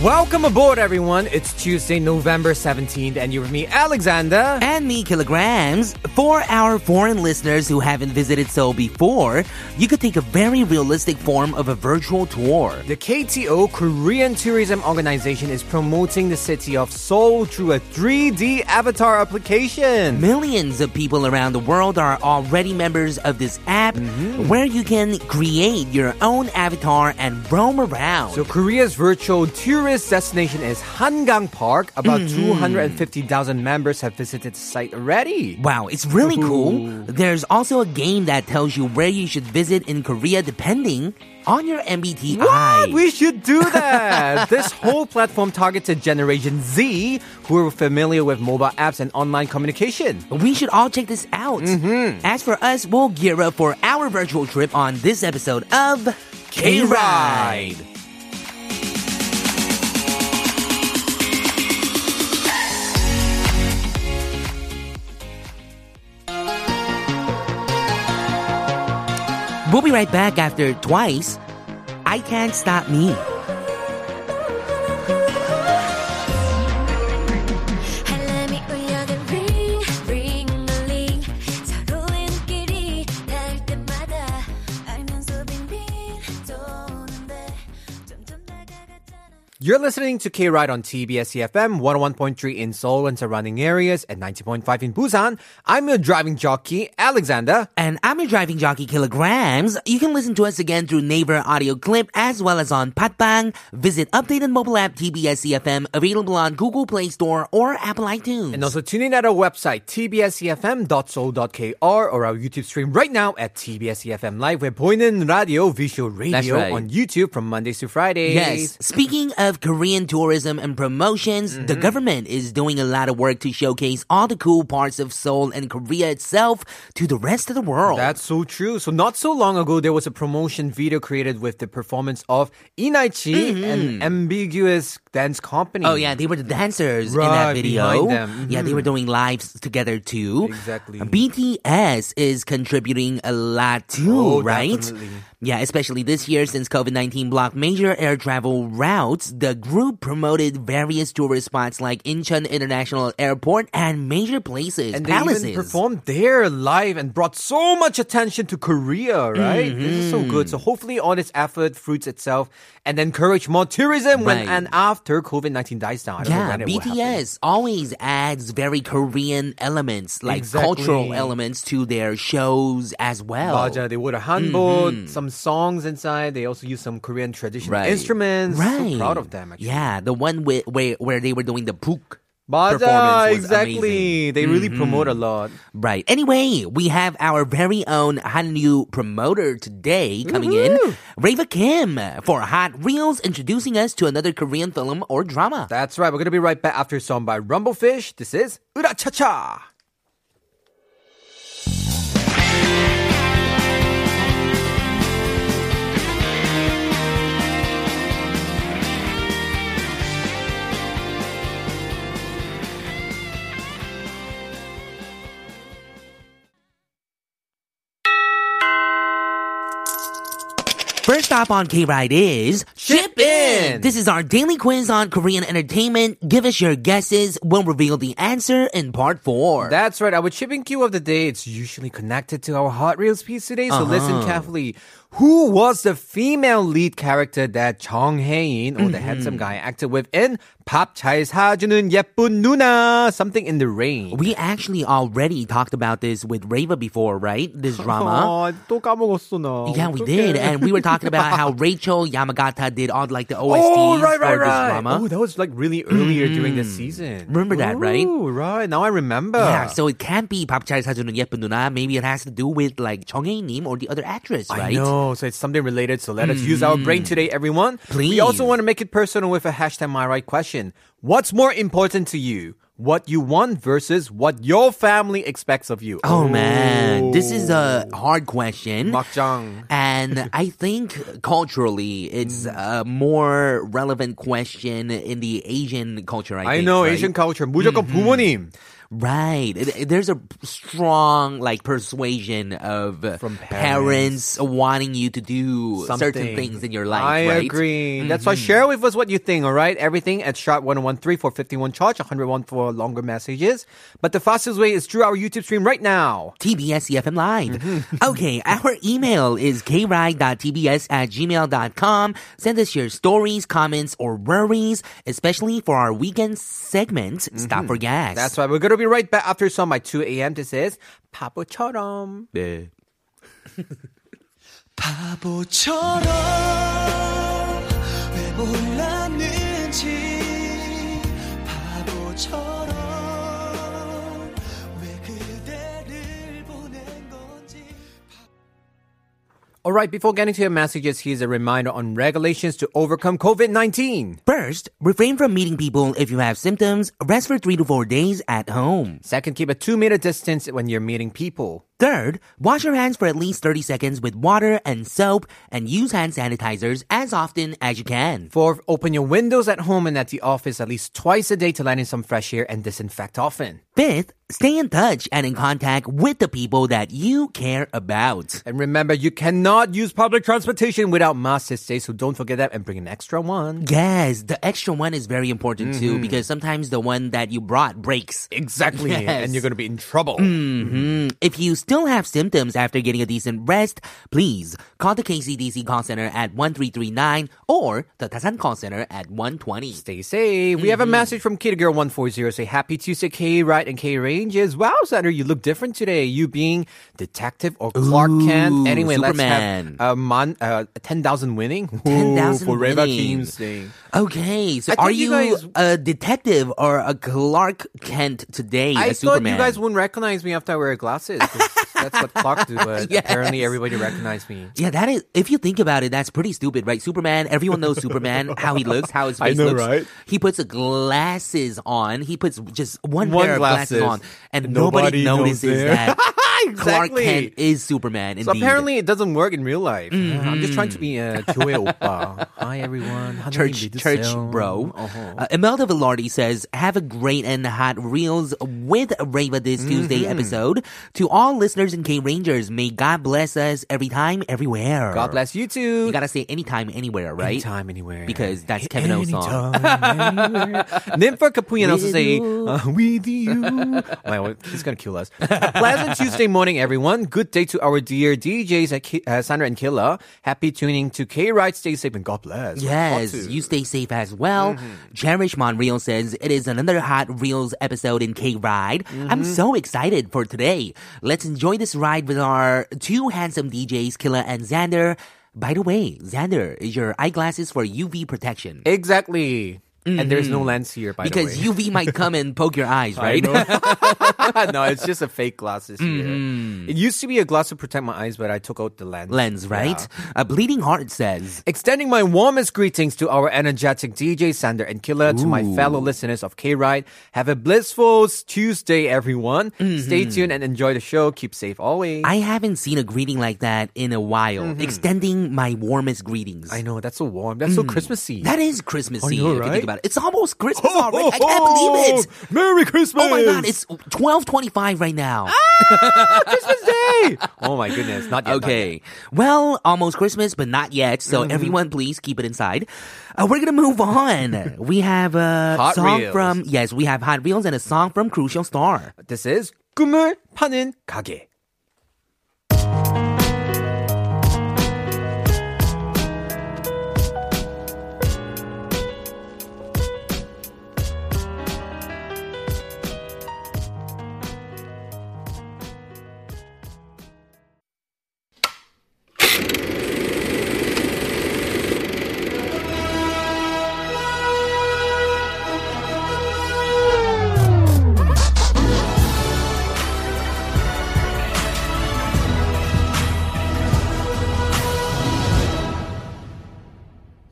Welcome aboard, everyone. It's Tuesday, November 17th, and you're with me, Alexander. and me kilograms. For our foreign listeners who haven't visited Seoul before, you could take a very realistic form of a virtual tour. The KTO Korean Tourism Organization is promoting the city of Seoul through a 3D avatar application. Millions of people around the world are already members of this app Mm-hmm. where you can create your own avatar and roam around. So Korea's virtual tourist destination is Hangang Park. About 250,000 members have visited the site already. Wow, it's really cool. There's also a game that tells you where you should visit in Korea depending on your MBTI. What? We should do that. this whole platform targeted Generation Z, who are familiar with mobile apps and online communication. We should all check this out. Mm-hmm. As for us, we'll gear up for our virtual trip on this episode of K Ride. We'll be right back after twice. I can't stop me. 한람이 울려든 ring ring ring 서로의 눈길이 닿을 때마다 알면서 빙빙 도는데 점점 다가갔잖아 You're listening to K Ride on TBS EFM 101.3 in Seoul and surrounding areas and 90.5 in Busan. I'm your driving jockey, Alexander. And I'm your driving jockey, Kilograms. You can listen to us again through Naver audio clip as well as on Patbang. Visit updated mobile app TBS EFM E available on Google Play Store or Apple iTunes. And also tune in at our website, E tbsefm.soul.kr or our YouTube stream right now at TBS EFM E Live. We're 보이는 radio, visual radio right. on YouTube from Mondays to Fridays. Yes. Speaking of Korean tourism and promotions, the government is doing a lot of work to showcase all the cool parts of Seoul and Korea itself to the rest of the world. That's so true. So not so long ago, there was a promotion video created with the performance of Inaichi, an ambiguous dance company. Mm-hmm. Oh yeah, they were the dancers in Right, that video. behind them. Mm-hmm. Yeah, they were doing lives together too. Exactly. BTS is contributing a lot too, Oh, right? definitely. Yeah, especially this year since COVID-19 blocked major air travel routes, the group promoted various tourist spots like Incheon International Airport and major places, and they palaces. even performed there live and brought so much attention to Korea, right? This is so good. So Mm-hmm. hopefully, all this effort fruits itself and encourage more tourism when Right. and after COVID nineteen dies down. I don't know Yeah, when it will happen. BTS always adds very Korean elements, like Exactly. cultural elements to their shows as well. 맞아, they wore a hanbok, some songs inside. They also used some Korean traditional Mm-hmm. Right. instruments. Right. So proud of them. Actually. Yeah, the one where where, where they were doing the book. 맞아, Performance was Mm-hmm. exactly. They really promote a lot. Right. Anyway, we have our very own Hanyu promoter today coming in, Mm-hmm. Reva Kim, for Hot Reels, introducing us to another Korean film or drama. That's right. We're gonna be right back after a song by Rumblefish. This is Ura Cha Cha. First up on K Ride is Chip In. This is our daily quiz on Korean entertainment. Give us your guesses. We'll reveal the answer in part four. That's right. Our shipping queue of the day. It's usually connected to our Hot Reels piece today. So listen carefully. Who was the female lead character that Chong Hae-in, or the handsome guy, acted with in 밥 잘 사주는 예쁜 누나? Something in the rain. we actually already talked about this with Reva before, right? This 아, drama. Oh, 또 까먹었어 나. Yeah, we 어떡해. did, and we were talking about how Rachel Yamagata did all like the OSTs Oh, right, right, for this right. drama. Oh, that was like really earlier during the season. Remember that, right? Ooh, Mm. right. Now I remember. yeah, so it can't be Pop Chai Sajun and Yeppun Nuna. Maybe it has to do with like Chong Hae Nim or the other actress, I right? Mm. know. So it's something related. So let us use our brain today, everyone. We also Please. want to make it personal with a hashtag my right question. What's more important to you? what you want versus what your family expects of you. Oh man, this is a Oh. hard question. 막장. And I think culturally, it's Mm. a more relevant question in the Asian culture. I, I think, know right? Mm-hmm. Asian culture 무조건 부모님 Right. It- it- There's a strong like persuasion of uh, From parents wanting you to do certain Something. things in your life. I right? Mm-hmm. agree. That's why share with us what you think, all right? Everything at oh sharp 1013 for 51 charge, 101 for longer messages. But the fastest way is through our YouTube stream right now. TBS EFM E Live. Mm-hmm. okay, our email is kride.tbs at gmail.com. Send us your stories, comments, or worries, especially for our weekend segment, Stop for Gas. Mm-hmm. That's why we're going to be right back after some by 2 a.m. This is 바보처럼. right. 바보처럼 왜 몰랐는지 바보처럼 왜 그대를 보낸 건지 All right, before getting to your messages, here's a reminder on regulations to overcome COVID 19. First, refrain from meeting people if you have symptoms. Rest for three to four days at home. Second, keep a two meter distance when you're meeting people. Third, wash your hands for at least 30 seconds with water and soap and use hand sanitizers as often as you can. Fourth, open your windows at home and at the office at least twice a day to let in some fresh air and disinfect often. Fifth, stay in touch and in contact with the people that you care about. And remember, you cannot use public transportation without masks this day, so don't forget that and bring an extra one. Yes, the extra one is very important too because sometimes the one that you brought breaks. Exactly. Yes. And you're going to be in trouble. If you still have symptoms after getting a decent rest, please call the KCDC call center at 1339 or the Tasan call center at 120. Stay safe. We have a Mm-hmm. message from Kitty Girl 140 say, Happy Tuesday, K Right and K Ranges. Wow, Sander, you look different today. You being detective or Clark Kent. Ooh, Anyway, Superman. let's have a mon- uh, 10,000 winning. 10,000 Ooh, Forever winning. Team's thing. Okay, so I think are you, you guys- a detective or a Clark Kent today? I a thought Superman? you guys wouldn't recognize me after I wear glasses. 'cause That's what Clark do, but Yes. apparently everybody recognized me. Yeah, that is. If you think about it, that's pretty stupid, right? Superman. Everyone knows Superman. How he looks, how his I face know, looks. right? He puts glasses on. He puts just one, One pair of glasses glasses. on, and Nobody nobody, knows notices there. that Clark Exactly. Kent is Superman. Indeed. So apparently it doesn't work in real life. Mm-hmm. Yeah, I'm just trying to be uh, a 조의 오빠. Hi everyone. 하나님 Church, 믿으세요. church, bro. Uh-huh. Uh, Imelda Velarde says, "Have a great and hot reels with Rava this Tuesday Mm-hmm. episode to all listeners and K Rangers. May God bless us every time, everywhere. God bless you too. You gotta say anytime, anywhere, right? Anytime, anywhere. Because that's Kevin O's song. Nympha Capuyan also With say, you. uh, with you. My, wife- he's going to kill us. Pleasant Tuesday morning, everyone. Good day to our dear DJs, at K- uh, Sandra and Killa. Happy tuning to K-Ride. Stay safe and God bless. Yes, Ought to. you stay safe as well. Mm-hmm. Cherish Monreal says it is another Hot Reels episode in K Ride. I'm Mm-hmm. so excited for today. Let's enjoy this ride with our two handsome DJs, Killa and Xander. By the way, Xander, is your eyeglasses for UV protection. Exactly. And there's no lens here, by Mm-hmm. because the way. UV might come and poke your eyes, right? no, it's just a fake glasses here. It used to be a glass to protect my eyes, but I took out the lens. Mm-hmm. Lens, right? A bleeding heart says. Extending my warmest greetings to our energetic DJ Sander and Killer, to my fellow listeners of K Ride. Have a blissful Tuesday, everyone. Stay tuned and enjoy the show. Keep safe always. Mm-hmm. I haven't seen a greeting like that in a while. Mm-hmm. Extending my warmest greetings. I know that's so warm. That's so Christmassy. Mm. That is Christmassy. I know, If you right? think about it, it's almost Christmas already. I can't believe it. Merry Christmas! Oh my god, it's twelve twenty-five right now. Ah! Christmas Day! oh my goodness, not yet. not yet. Okay, well, almost Christmas, but not yet. So Mm-hmm. everyone, please keep it inside. Uh, we're gonna move on. we have a Hot song Reels. from yes, we have Hot Reels and a song from Crucial Star. This is 꿈을 파는 가게.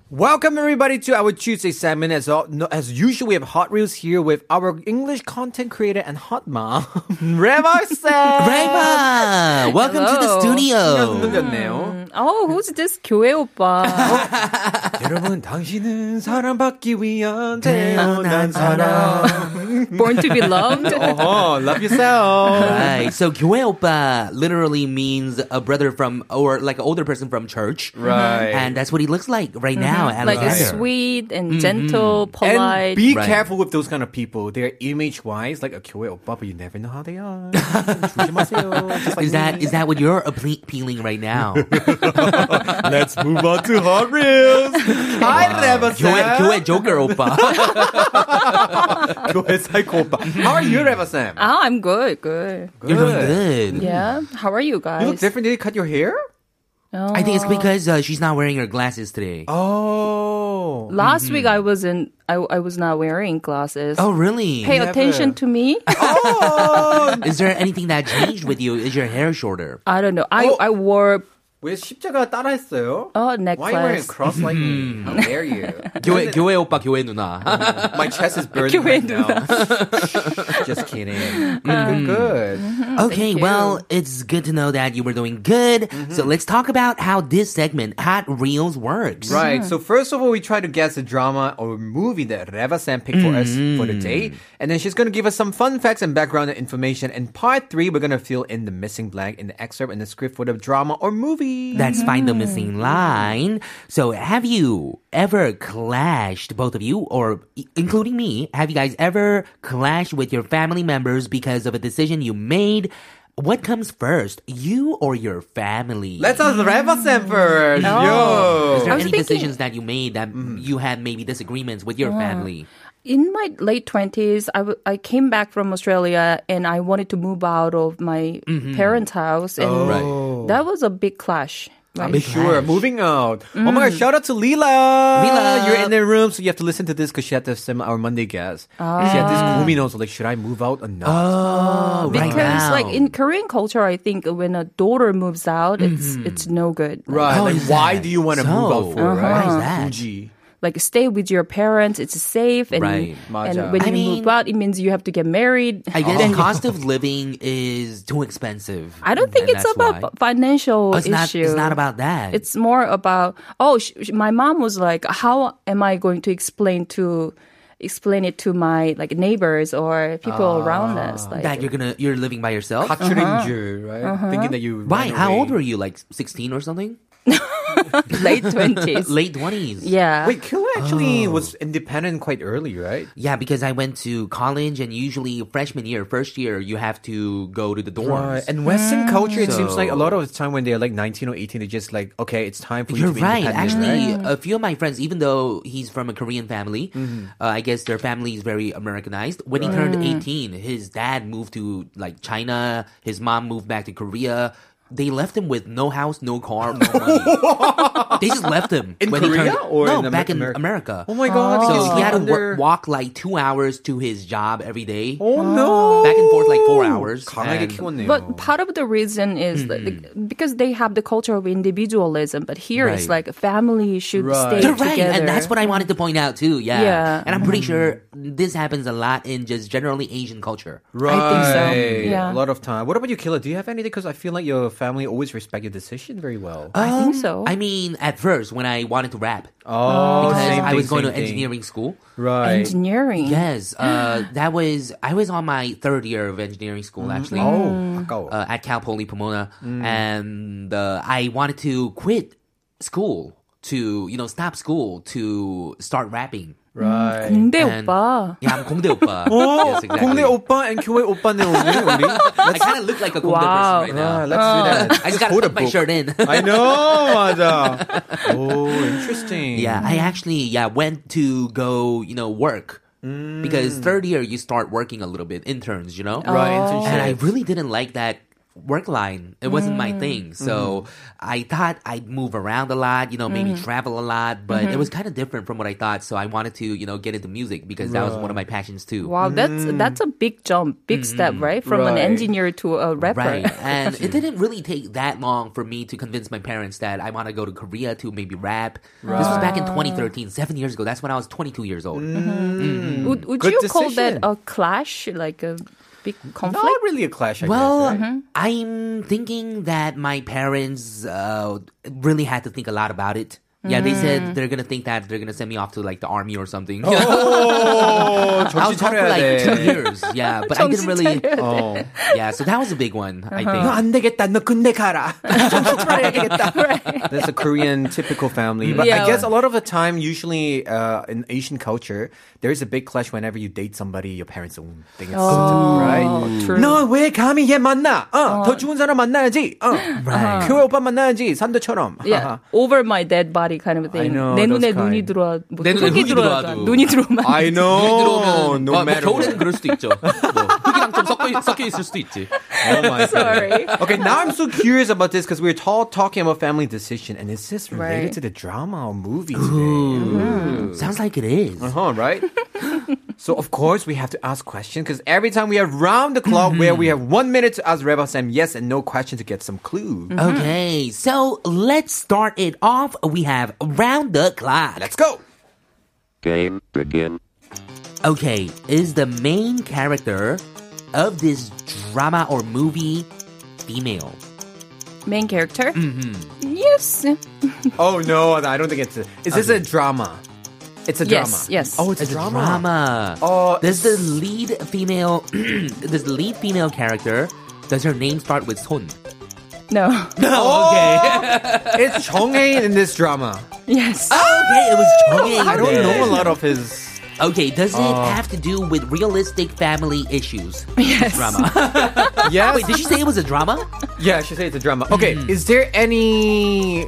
Welcome everybody to our Tuesday segment. As all, no, as usual, we have hot reels here with our English content creator and hot mom, Reva Reva, welcome to the Hello. studio. 생겼네요. Oh, who's this 교회 오빠? 여러분, 당신은 사랑받기 위한 태어난 사람. Born to be loved? Oh, love yourself. Right. So 교회 오빠 literally means a brother from or like an older person from church. Right. And that's what he looks like right now. Mm-hmm. like Alexander. sweet and gentle, polite. Mm-hmm. And be Right. careful with those kind of people. They're image wise like a cute oppa, but you never know how they are. 조심하세요. Just like Is that me. is that what you're appe- appealing right now? Let's move on to hot reels. Hi, Reva 교회 교회 조ker 오빠. 교회 사이코 오빠. How are you, Reva Sam? Oh, I'm good, good. You're doing good. Yeah. How are you guys? You look different. Did you cut your hair? I think it's because uh, she's not wearing her glasses today. Oh, Oh. Last week I wasn't. I, I was not wearing glasses. Oh, Oh, really? Pay attention to me. Oh. Is there anything that changed with you? Is your hair shorter? I don't know. I Oh. I wore 왜 십자가 따라했어요? Why are you Oh, wearing a necklace. cross like me? How dare you? 교회 교회 오빠 교회 누나. My chest is burning 교회 right now. Just kidding. Good, good. Mm-hmm. Okay, well, it's good to know that you were doing good. So let's talk about how this segment, Hot Reels, works. Right. So first of all, we try to guess a drama or movie that Reva Sam picked for us for the day, and then she's gonna give us some fun facts and background information. In part three, we're gonna fill in the missing blank in the excerpt and the script for the drama or movie. Let's find the Mm-hmm. missing line. So, have you ever clashed, both of you, or i- including me, have you guys ever clashed with your family members because of a decision you made? What comes first, you or your family? Let's ask Reva Sam first. Is Yo. there was any thinking- Uh-huh. decisions that you made that you had maybe disagreements with your family? in my late twenties. I w- I came back from Australia and I wanted to move out of my Mm-hmm. parents' house, and Oh. that was a big clash. Right? Sure, moving out. Oh my god, Mm. shout out to Lila. Lila. You're in the room, so you have to listen to this because she had to send our Monday guest. She had this Ah. 고민 so like, should I move out or not? Oh, right Because now. like in Korean culture, I think when a daughter moves out, it's Mm-hmm. it's no good. right. Oh, like, is why that- do you want to move so, out for? Right? why is that? Fuji. Like stay with your parents, it's safe, and Right. 맞아. and when I you move mean- out, it means you have to get married. I guess cost of living is too expensive. I don't think And it's that's about why. financial Oh, it's not. issue. It's not about that. It's more about oh, sh- sh- my mom was like, how am I going to explain to explain it to my like neighbors or people around Ah. us? Like, that you're gonna you're living by yourself. capturing you, right? Thinking that you. Uh-huh. Why? ran How away. old were you? Like sixteen or something? late twenties. Late twenties. Yeah. Wait, Killer actually Oh. was independent quite early, right? Yeah, because I went to college, and usually freshman year, first year, you have to go to the dorms. And Western culture, it seems like a Mm. So- lot of the time when they're like 19 or 18, they're just like, okay, it's time for you You're to be right. independent, Actually, right? a few of my friends, even though he's from a Korean family, uh, I guess their family is very Americanized. When he turned 18, his dad moved to like China. His mom moved back to Korea. They left him with no house, no car, no money. they just left him In when he Korea turned or no in Amer- back in America? America. Oh my god, So because he had to under- wa- walk like two hours to his job every day. Oh no! Back and forth like four hours. 강하게 And- 키웠네요. But part of the reason is that the- Mm-hmm. because they have the culture of individualism, but here it's Right. like family should Right. stay You're right, together. and that's what I wanted to point out too. Yeah, Yeah. and I'm pretty Mm. sure this happens a lot in just generally Asian culture. Right. I think so. Yeah. A lot of time. What about you, Killer? Do you have anything? Because I feel like your family always respect your decision very well. Uh, I think so. I mean, at first when I wanted to rap, oh, because same thing, I was going same to thing. engineering school. Right. Engineering. Yes, uh, that was I was on my third year of engineering school actually. Oh, 아까워. uh, at Cal Poly Pomona, Mm. and uh, I wanted to quit school to you know stop school to start rapping. right. 공대 And- 오빠. Yeah, I'm 공대 Oh, 오빠. yes, exactly. 공대 오빠 and 교회 오빠네 오늘 우리. I kind of look like a 공대 Wow. person right now. Ah, let's do that. I just gotta Photo put my book. shirt in. I know, 맞아. Oh, interesting. yeah, I actually yeah went to go you know work Mm. because third year you start working a little bit interns you know Right. and I internship. really didn't like that work line. It wasn't Mm. my thing. So Mm-hmm. I thought I'd move around a lot, you know, maybe travel a lot, but it Mm-hmm. was kind of different from what I thought. So I wanted to, you know, get into music because that was one of my passions too. Wow, that's that's a big jump, big step, right? From Mm. an Right. engineer to a rapper. Mm-hmm. Right. And it didn't really take that long for me to convince my parents that I want to go to Korea to maybe rap. This was back in 2013, seven years ago. That's when I was 22 years old. Mm-hmm. Would, would Mm. Good you call decision. that a clash, like a big conflict? Not really a clash, I Well, guess. right? I'm thinking that my parents uh, really had to think a lot about it. Yeah, they Mm. said they're gonna think that they're gonna send me off to like the army or something. Oh, I 정신 was off for 차려야 like two 돼. years. Yeah, but I didn't really. Oh, 어. Yeah, so that was a big one. I 너 think. 안 되겠다. 너 군대 가라. 정신 차려야겠다. Right. That's a Korean typical family. But I Yeah. guess a lot of the time, usually uh, in Asian culture, there is a big clash whenever you date somebody your parents don't think it's something, right? true. 너왜 감히 얘 만나? 어, 더 좋은 사람 만나야지. 어, 교회 오빠 만나야지. 산더처럼. Uh-huh. Uh-huh. Yeah, over my dead body kind of thing. know, 내 those 눈에 kind. 눈이 들어와, 뭐, 내 눈에 흙이 흙이 들어와도 들어와도. 눈이 들어오면 안 I know. No matter. 겨울에는 what. 그럴 수도 있죠. 뭐, 흙이랑 좀 섞여, 섞여 있을 수도 있지. Oh my Sorry. God. Okay, now I'm so curious about this because we were all talking about family decision, and is this related Right. to the drama or movie today? Sounds like it is. Huh, Uh-huh, right? so of course we have to ask questions because every time we have round the clock where we have one minute to ask Reba Sam yes and no question to get some clue. Mm. Okay, so let's start it off. We have round the clock. Let's go. Game begin. Okay, is the main character of this drama or movie female? Main character? Mm-hmm. Yes. Oh no, I don't think it's. A, is this a drama? It's a drama. Yes, yes. Oh, it's, It's a drama. drama. Oh, does the lead female, does the lead female character, does her name start with Son? No. Oh, it's Chong Hae in this drama. Yes. Okay, it was Chonghae. I don't know a lot of Uh. his. Okay, does it have to do with realistic family issues? Yes. Drama. Yes. Wait, did she say it was a drama? yeah, she said it's a drama. Okay, is there any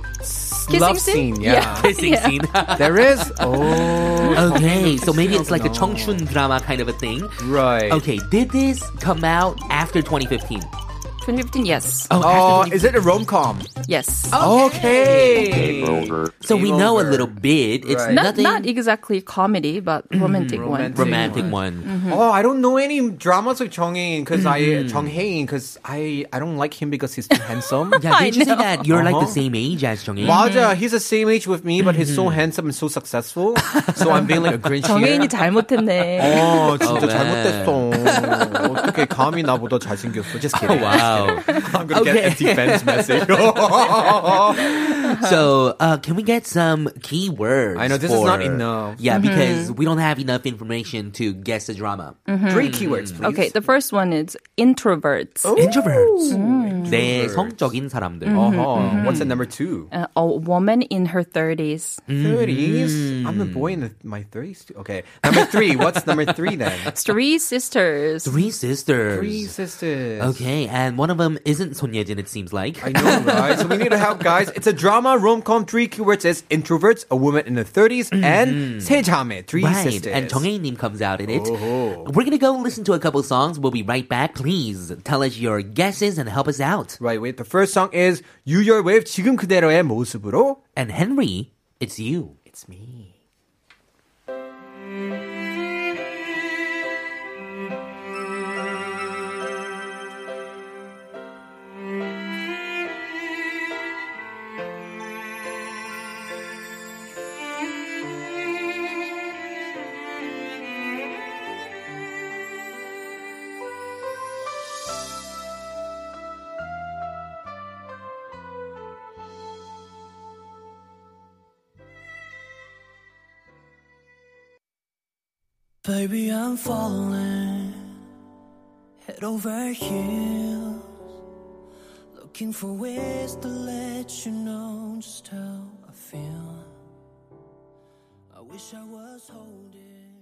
love scene? scene? Yeah. Kissing scene. there is. Oh. okay, so maybe it's like a Chongchun drama kind of a thing. Right. Okay, did this come out after 2015? 2015, yes. Oh, Oh, after 2015. is it a rom com? Yes. Okay. Game over. So we Game know over. a little bit. It's Right. Not, nothing not exactly comedy, but romantic, one. romantic one. Mm-hmm. Oh, I don't know any dramas with Jung In because I Mm-hmm. Jung Hae because I I don't like him because he's too handsome. Yeah, did you say that you're like the Uh-huh. same age as Jung In? 맞아, he's the same age with me, but he's Mm-hmm. so handsome and so successful. So I'm being like a Grinch here. 정혜인이 잘못했네. 어, 진짜 Oh, 잘못됐어. 어떻게 감히 나보다 잘생겼어? Just kidding. Oh, Wow. I'm gonna get a Okay. defense message. Mm-hmm. I so, uh, can we get some keywords? know this is not for- enough. Mm-hmm. Yeah, because we don't have enough information to guess the drama. Mm-hmm. Three keywords, please. Oh. Okay, the first one is introverts. Introverts. 내성적인 사람들. Uh-huh. Mm-hmm. What's the Mm-hmm. number two? Uh, a woman in her 30s. Mm. 30s. I'm a boy in the, my 30s. Too. Okay. Number three. What's number three then? Three sisters. Three sisters. Three sisters. Okay, and one of them isn't Son Yejin, it seems like. I know, right? so we need to help, guys. It's a drama rom com. Three keywords is introverts, a woman in the 30s, Mm-hmm. and 세자매, three Right, sisters. and Chonghae-nim comes out in it. We're gonna go listen to a couple songs. We'll be right back. Please tell us your guesses and help us out. Right, wait. The first song is You Your Wave 지금 그대로의 모습으로. And Henry, it's you. It's me. Baby, I'm falling head over heels, looking for ways to let you know just how I feel. I wish I was holding.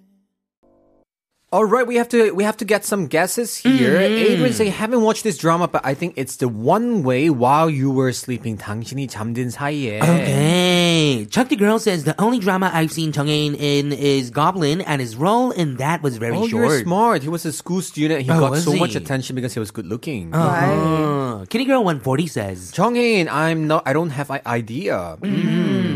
All right, we have to we have to get some guesses here. Adrian say haven't watched this drama, but I think it's the one way while you were sleeping. 당신이 잠든 사이에. Okay. Chuck the Girl says the only drama I've seen Chung Ain in is Goblin, and his role in that was very Oh, short. you're smart. He was a school student. He Oh, got was so much he? attention because he was good looking. Uh, Kitty Girl 140 says, 정혜인, I'm not. I don't have an idea. Mm-hmm.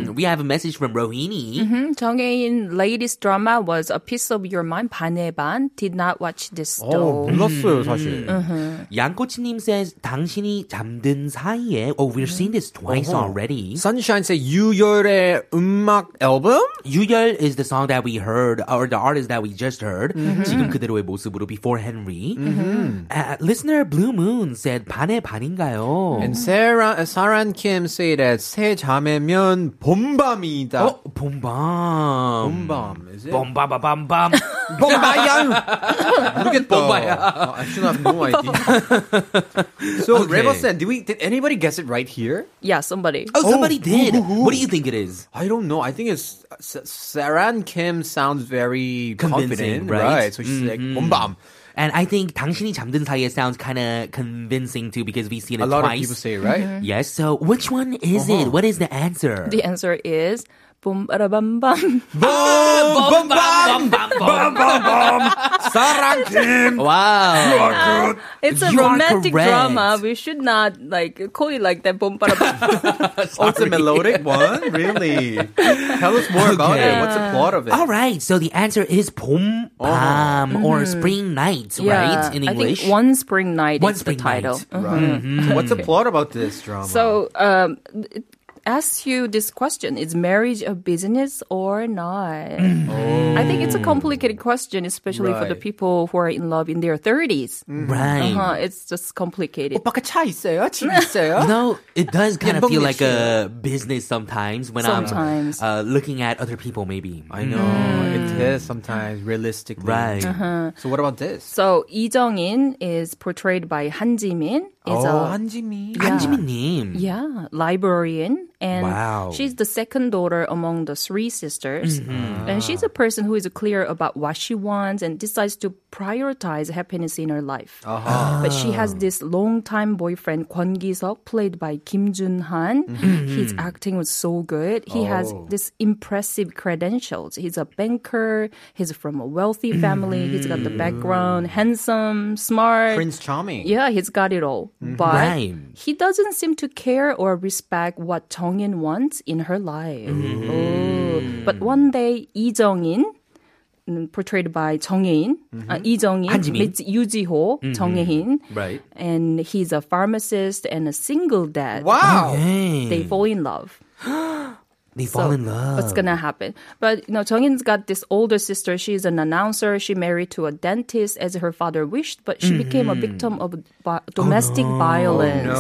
"Hmm, We have a message from Rohini. Mm-hmm. Hmm, 정혜인 latest drama was A Piece of Your Mind 반의 반. Did not watch this 어, though. 몰랐어요 사실. 양꼬치님 says, 당신이 잠든 사이에. Oh, we've seen this twice Uh-huh. already. Sunshine say 유열의 eh, 음악 앨범. Yuyel is the song that we heard, or the artist that we just heard. 지금 그대로의 모습으로 before Henry. Uh, listener Blue Moon said, 반의 반인가요? And Sarah, uh, Sarah and Kim say that 새 잠에면 봄밤이다. oh, 봄밤. 봄밤, is it? 봄밤밤밤밤. 봄바야. 모르겠다. 봄바야. Uh, I should have no idea. so, Okay. Rebosen, did we? Did anybody guess it right here? Yeah, somebody. Oh, somebody who, did. who, who? What do you think it is? I don't know. I think it's S- Sarah and Kim sounds very Convincing, confident, right? Mm-hmm. So she's like 봄밤. And I think 당신이 잠든 사이에 sounds kind of convincing too because we've seen it A lot twice. Mm-hmm. of people say it, right? Yes. So which one is it? What is the answer? The answer is 봄바라밤밤. Bum, bum, bum, bum, bum. Sarah Kim. wow. It's a You are romantic correct. drama. We should not like call it like that. 봄바라밤. Oh, it's a melodic one? Really? Tell us more about Okay. it. What's the plot of it? All right. So the answer is 봄 밤 or spring night, right? In I English. think One Spring Night One is Spring the title. Night. Oh, Mhm. Right. Mm-hmm. So what's the plot about this drama? So, um, it asks you this question: Is marriage a business or not? I think it's a complicated question, especially for the Right. people who are in love in their 30s Mm. right. Uh-huh, it's just Oh, complicated. 오빠가 차 있어요? 집 있어요? You know, it does kind of 연봉 feel like 냈어요. a business sometimes when Sometimes. I'm uh, looking at other people, maybe. I know it is sometimes realistically. Mm. Right. Uh-huh. So what about this? So Lee Jong In is portrayed by Han Ji Min. Oh, Is Oh, a 한지민. 한지민님. yeah, librarian, and Wow. she's the second daughter among the three sisters. Mm-hmm. And she's a person who is clear about what she wants and decides to prioritize happiness in her life. Uh-huh. But she Oh. has this longtime boyfriend, Kwon Gi Seok, played by Kim Jun Han. Mm-hmm. His acting was so good. He has Oh. this impressive credentials. He's a banker. He's from a wealthy family. He's got Mm-hmm. the background, handsome, smart. Prince Charming. Yeah, he's got it all. But Right. he doesn't seem to care or respect what Jongin wants in her life. Oh. But one day, Lee Jongin, mm, portrayed by Jongin, uh, Lee Jongin 한지민. meets Yoo Ji-ho, Jongin, Right. and he's a pharmacist and a single dad. Wow. They fall in love. They fall Oh. So in love. What's gonna happen? But you know, Jonghyun's got this older sister. She's an announcer. She married to a dentist as her father wished, but she became a victim of bi- Mm-hmm. domestic Oh, violence.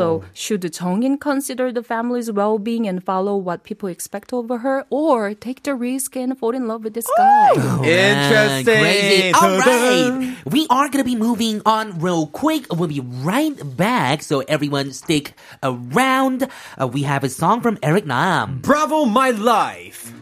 So should Jonghyun consider the family's well-being and follow what people expect over her, or take the risk and fall in love with this guy? Man, Interesting. crazy. All Ta-da. right. We are going to be moving on real quick. We'll be right back. So everyone stick around. Uh, we have a song from Eric Nam. Bravo, my life.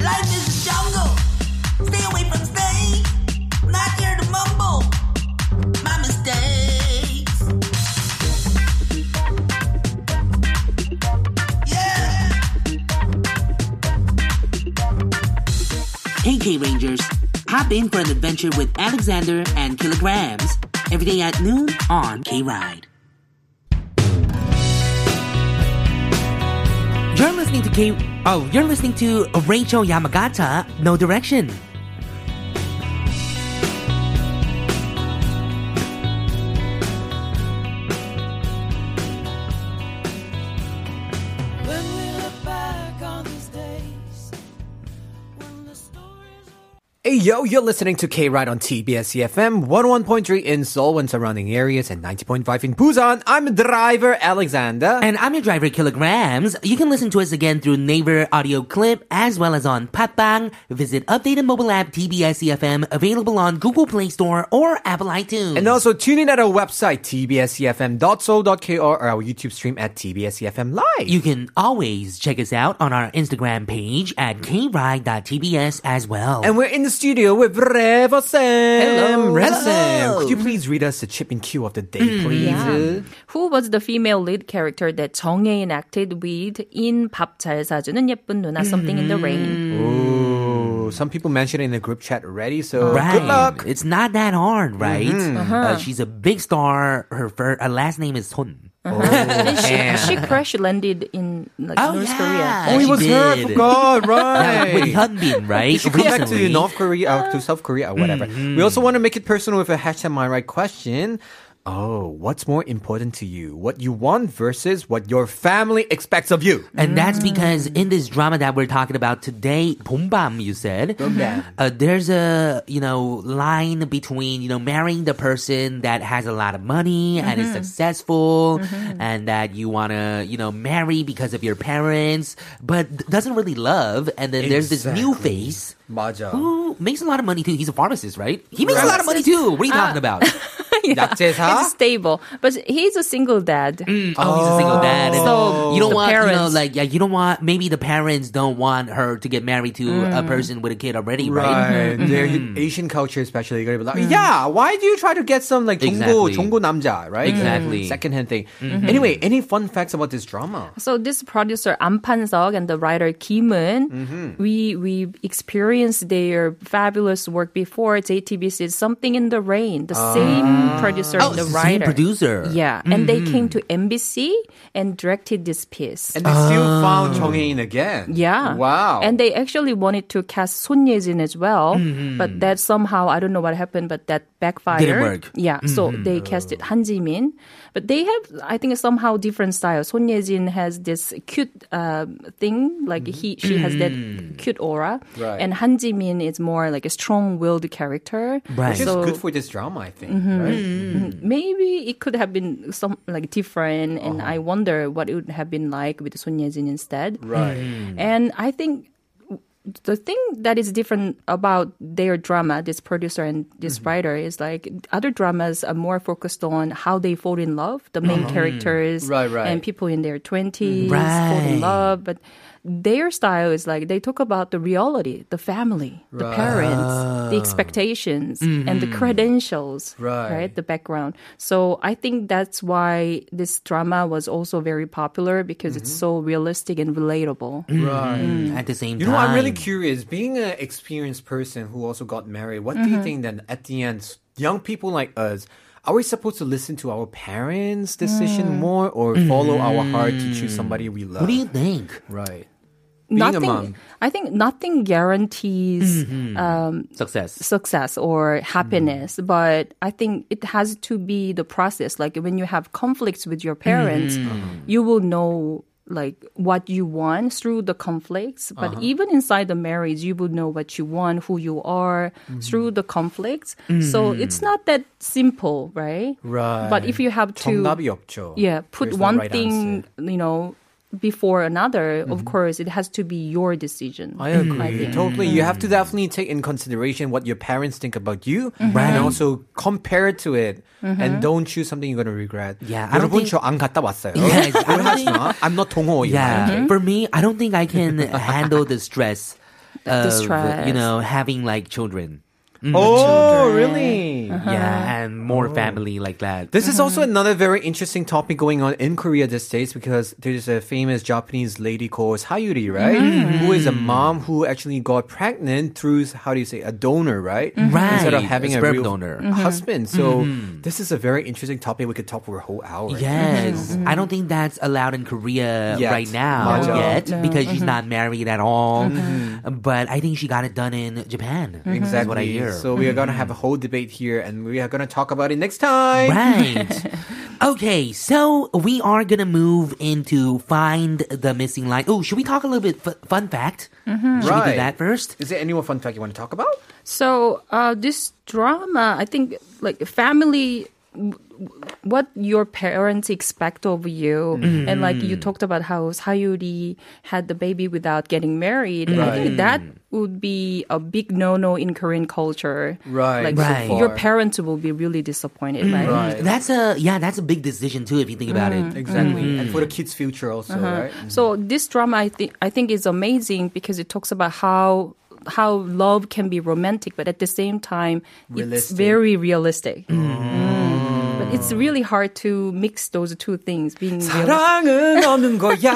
Life is a jungle. Stay away from snakes. Not here to mumble my mistakes. Yeah. Hey, K Rangers. Hop in for an adventure with Alexander and Kilograms. Every day at noon on K Ride. You're listening to K. Oh, you're listening to Rachel Yamagata, No Direction. When we look back on these days, when the stories. Hey, yo, you're listening to K Ride on TBS EFM 101.3 in Seoul and surrounding areas and 90.5 in Busan. I'm driver Alexander. And I'm your driver, Kilograms. You can listen to us again through Naver audio clip as well as on Patbang. Visit updated mobile app TBS EFM E available on Google Play Store or Apple iTunes. And also tune in at our website, E tbsefm.soul.kr or our YouTube stream at tbsefm E live. you can always check us out on our Instagram page at kride.tbs as well. and we're in the studio with Reva Sam. Hello. Mm, Reva Sam, Hello. could you please read us the chip in cue of the day, please? Who was the female lead character that Jung Hae-in acted with in 밥 잘 사주는 예쁜 누나 Something in the Mm-hmm. Rain? Ooh, some people mentioned it in the group chat already, so Right. good luck. Mm-hmm. It's not that hard, right? Uh, she's a big star. Her, fir- her last name is Son. And she, man. she crash landed in like, North Korea. Oh, it she was her. I did. forgot. Right. Oh. With Hyunbin, right? She come back to Recently. Mm-hmm. North Korea, uh, to South Korea, or whatever. We also want to make it personal with a hashtag my right question. Oh, what's more important to you? What you want versus what your family expects of you? And that's because in this drama that we're talking about today, Bombam, you said, uh, there's a you know line between you know marrying the person that has a lot of money and is successful, and that you want to you know marry because of your parents, but th- doesn't really love. And then there's this new Exactly. face 맞아. who makes a lot of money too. He's a pharmacist, right? He makes a lot of money too. What are you talking about? 약재사? It's stable. But he's a single dad. Oh, he's a single dad. and So you don't the want, you know, parents- like, yeah, you don't want, maybe the parents don't want her to get married to a Mm. person with a kid already, right? Mm-hmm. Right. Their Asian culture, especially, you're gonna be like, yeah, why do you try to get some like 종고, Exactly. 종고 남자, right? Mm-hmm. Exactly. Mm-hmm. Secondhand thing. Anyway, any fun facts about this drama? So this producer An Pan-seok and the writer Kim Eun, we we experienced their fabulous work before JTBC's Something in the Rain, the same producer Oh, and the it's the same writer. producer. Yeah, and they came to MBC and directed this piece. And they still Oh. found Chong In again. yeah. Wow. And they actually wanted to cast Sun Ye-jin as well, but that somehow I don't know what happened, but that backfired. Mm-hmm. Didn't work. Mm-hmm. Yeah. So they casted Han Ji-min, but they have I think somehow different style. Sun Ye-jin has this cute uh, thing, like he she has that Mm. cute aura, Right. and Han Ji-min is more like a strong-willed character. Right. which is So- Mm-hmm. good for this drama, I think. Right? Maybe it could have been some like different, and Uh-huh. I wonder what it would have been like with Sun Ye-jin instead. Right. And I think the thing that is different about their drama, this producer and this Mm-hmm. writer, is like other dramas are more focused on how they fall in love, the main characters, Uh-huh. Mm. Right, right. Mm. and people in their 20s fall Right. in love. But their style is like they talk about the reality, the family, the parents, Ah. the expectations, Mm. and the credentials, Right. The background. So I think that's why this drama was also very popular because it's Mm-hmm. so realistic and relatable. At the same You time. know, I'm really curious. Being an experienced person who also got married, what do you Mm-hmm. think then at the end, young people like us, are we supposed to listen to our parents' decision Mm. more or follow our heart to choose somebody we love? Mm. What do you think? right. Being a nothing, mom. Mm. I think nothing guarantees um, Success. success or happiness, but I think it has to be the process. Like when you have conflicts with your parents, Mm. you will know like what you want through the conflicts but Uh-huh. even inside the marriage you will know what you want who you are Mm. through the conflicts so it's not that simple right Right. but if you have to 정답이 없죠. yeah There's put no one right thing answer. Mm-hmm. you know before another of course it has to be your decision I agree. think. totally. You have to definitely take in consideration what your parents think about you Mm-hmm. and also compare it to it and don't choose something you're going to regret. Yeah, I don't 여러분 think- 저안 갔다 왔어요. Yes, I don't 오해하지 think- 마. I'm not 동호. Yeah. Mm-hmm. For me, I don't think I can handle the stress of, stress. you know, having like children. Oh, really? Uh-huh. Yeah. And Oh. more family like that. This is also another very interesting topic going on in Korea these days because there's a famous Japanese lady called Sayuri, right? Who is a mom who actually got pregnant through how do you say a donor, right? Right, Instead of a having a, sperm real donor. Mm-hmm. husband. So this is a very interesting topic. We could talk for a whole hour. Yes, Mm-hmm. I don't think that's allowed in Korea Yet. right now No. yet because Mm-hmm. she's not married at all. But I think she got it done in Japan. Mm-hmm. That's Exactly. what I hear. Mm-hmm. So we are gonna have a whole debate here, and we are gonna talk about it next time. Right. okay, so we are gonna move into find the missing line. Oh, should we talk a little bit f- fun fact? Should we do Mm-hmm. Right. that first? Is there any more fun fact you want to talk about? So uh, this drama, I think, like family, w- w- what your parents expect of you, and like you talked about how Sayuri had the baby without getting married. I think that would be a big no-no in Korean culture. Right, like Right. your parents will be really disappointed. Right? That's a yeah, that's a big decision too if you think about Mm. it. Exactly. And Mm-hmm. for the kids' future also, Uh-huh. right? So this drama, I think, I think is amazing because it talks about how how love can be romantic, but at the same time, it's Realistic. very realistic. Mm. But it's really hard to mix those two things. Being realistic. 사랑은 없는 거야.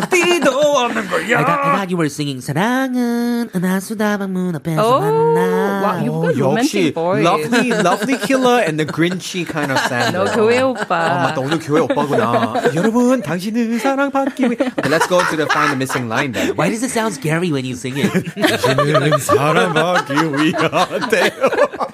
어디도 없는 I thought, I 거야. thought you were singing 사랑은 은하수다방 문 앞에서 Oh, 만나. wow, you've got romantic voice. lovely, lovely killer and the grinchy kind of sound. 너 교회 오빠. 맞다, 오늘 교회 오빠구나. 여러분, 당신은 사랑받기 위해. Okay, let's go to the find the missing line then. Why does it sound scary when you sing it? 당신은 사랑받기 위한데.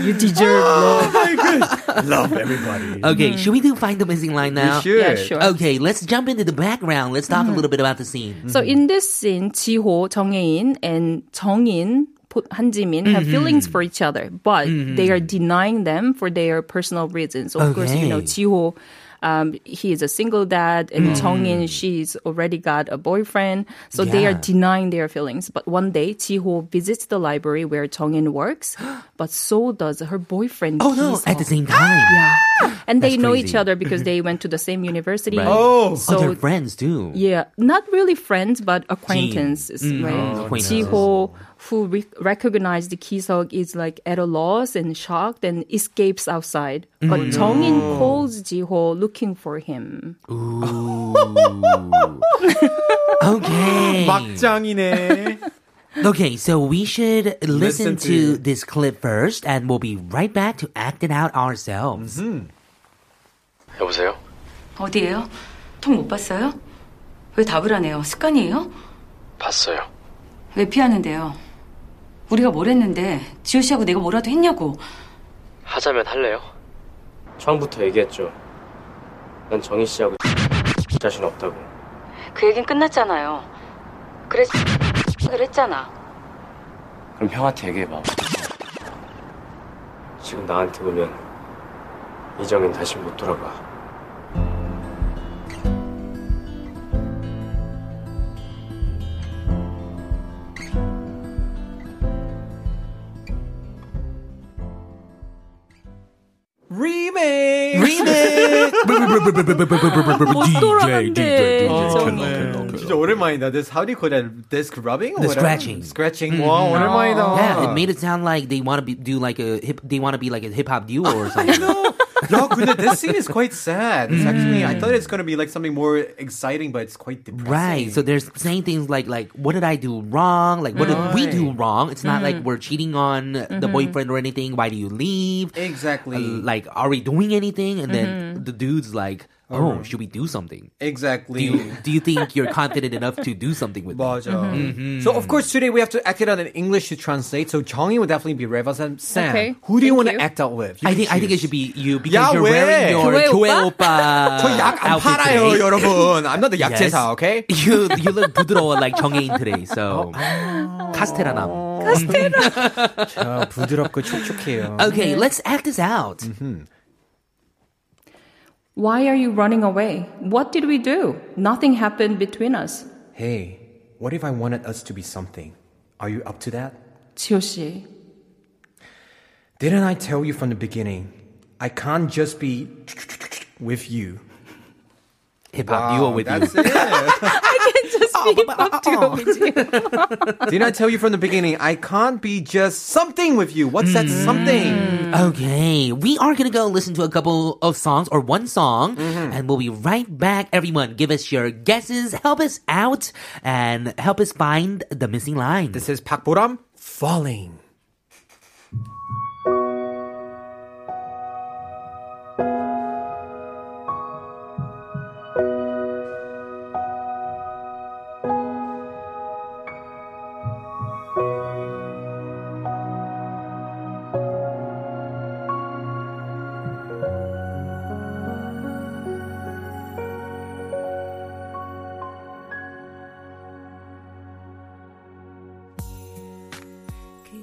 you deserve Oh my goodness. Love everybody. okay, should we do find the missing line now? Yeah, sure. Okay, let's jump into the background. Let's talk a little bit about the scene. So in this scene, Jiho, Jeonghae-in, and Jeongin, Po- Han Jimin, have Mm-hmm. feelings for each other, but they are denying them for their personal reasons. Of course, you know Okay. Mm-hmm. Jiho. Um, he is a single dad, and Jeongin, she's already got a boyfriend, so they are Yeah. denying their feelings. But one day, Jiho visits the library where Jeongin works, but so does her boyfriend. Oh no, Ki-sung. at the same time. yeah, and they know each crazy. other because they went to the same university. Right. Oh. Oh, so they're friends too. yeah, not really friends, but acquaintances, Oh, right? acquaintances. Jiho, who re- recognized Kisok, is like at a loss and shocked and escapes outside. But Mm-hmm. Jongin Oh. calls Jiho looking for him. Okay. 막장이네. Okay, so we should listen, Listen to, to- this clip first, and we'll be right back to act it out ourselves. 여보세요? 어디예요? 통 못 봤어요? 왜 답을 안 해요? 습관이에요? 봤어요. 왜 피하는데요? 우리가 뭘 했는데 지호 씨하고 내가 뭐라도 했냐고. 하자면 할래요? 처음부터 얘기했죠. 난 정희 씨하고 자신 없다고. 그 얘긴 끝났잖아요. 그래서 그랬잖아. 그럼 형한테 얘기해봐. 지금 나한테 오면 이정인 다시 못 돌아가. Remake. 돌아간대. 진짜 오랜만이다. This, how do you call that? Disc rubbing? The or whatever? scratching. Mm-hmm. Oh. Scratching. 와, 오랜만이다. Yeah, it made it sound like they want to be, do like a hip, they want to be like a hip hop duo or something. 야, 근데 this scene is quite sad. It's actually, I Mm. thought it's going to be like something more exciting, but it's quite depressing. Right, so they're saying things like like what did I do wrong? Like what did we do wrong? It's not like we're cheating on the boyfriend or anything. Why do you leave? Exactly. Uh, like are we doing anything? And then the dude's like, oh, should we do something? Do exactly. you do you think you're confident enough to do something with me? 맞아. So of course today we have to act it out in English to translate. So Chongy would definitely be Reva's and Sam. Okay, Who do you thank want to you. act out with? I think I think it should be you because Yeah, you're 왜? wearing your 교회 교회 오빠 Uh, 저약안 outfit 팔아요, today. 여러분. I'm not the Yes. 약제사, okay? You you look 부드러워 like 정해인 today. So 카스테라 남. 자, 부드럽고 촉촉해요. Okay, let's act this out. Why are you running away? What did we do? Nothing happened between us. Hey, what if I wanted us to be something? Are you up to that? 지호 씨, Didn't I tell you from the beginning? I can't just be with you. Hip hop duo with you. Oh, it. Oh, just be fucked with you. Didn't I tell you from the beginning? I can't be just something with you. What's that something? Okay, we are gonna go listen to a couple of songs or one song, and we'll be right back. Everyone, give us your guesses, help us out, and help us find the missing line. This is Pak Boram falling. 그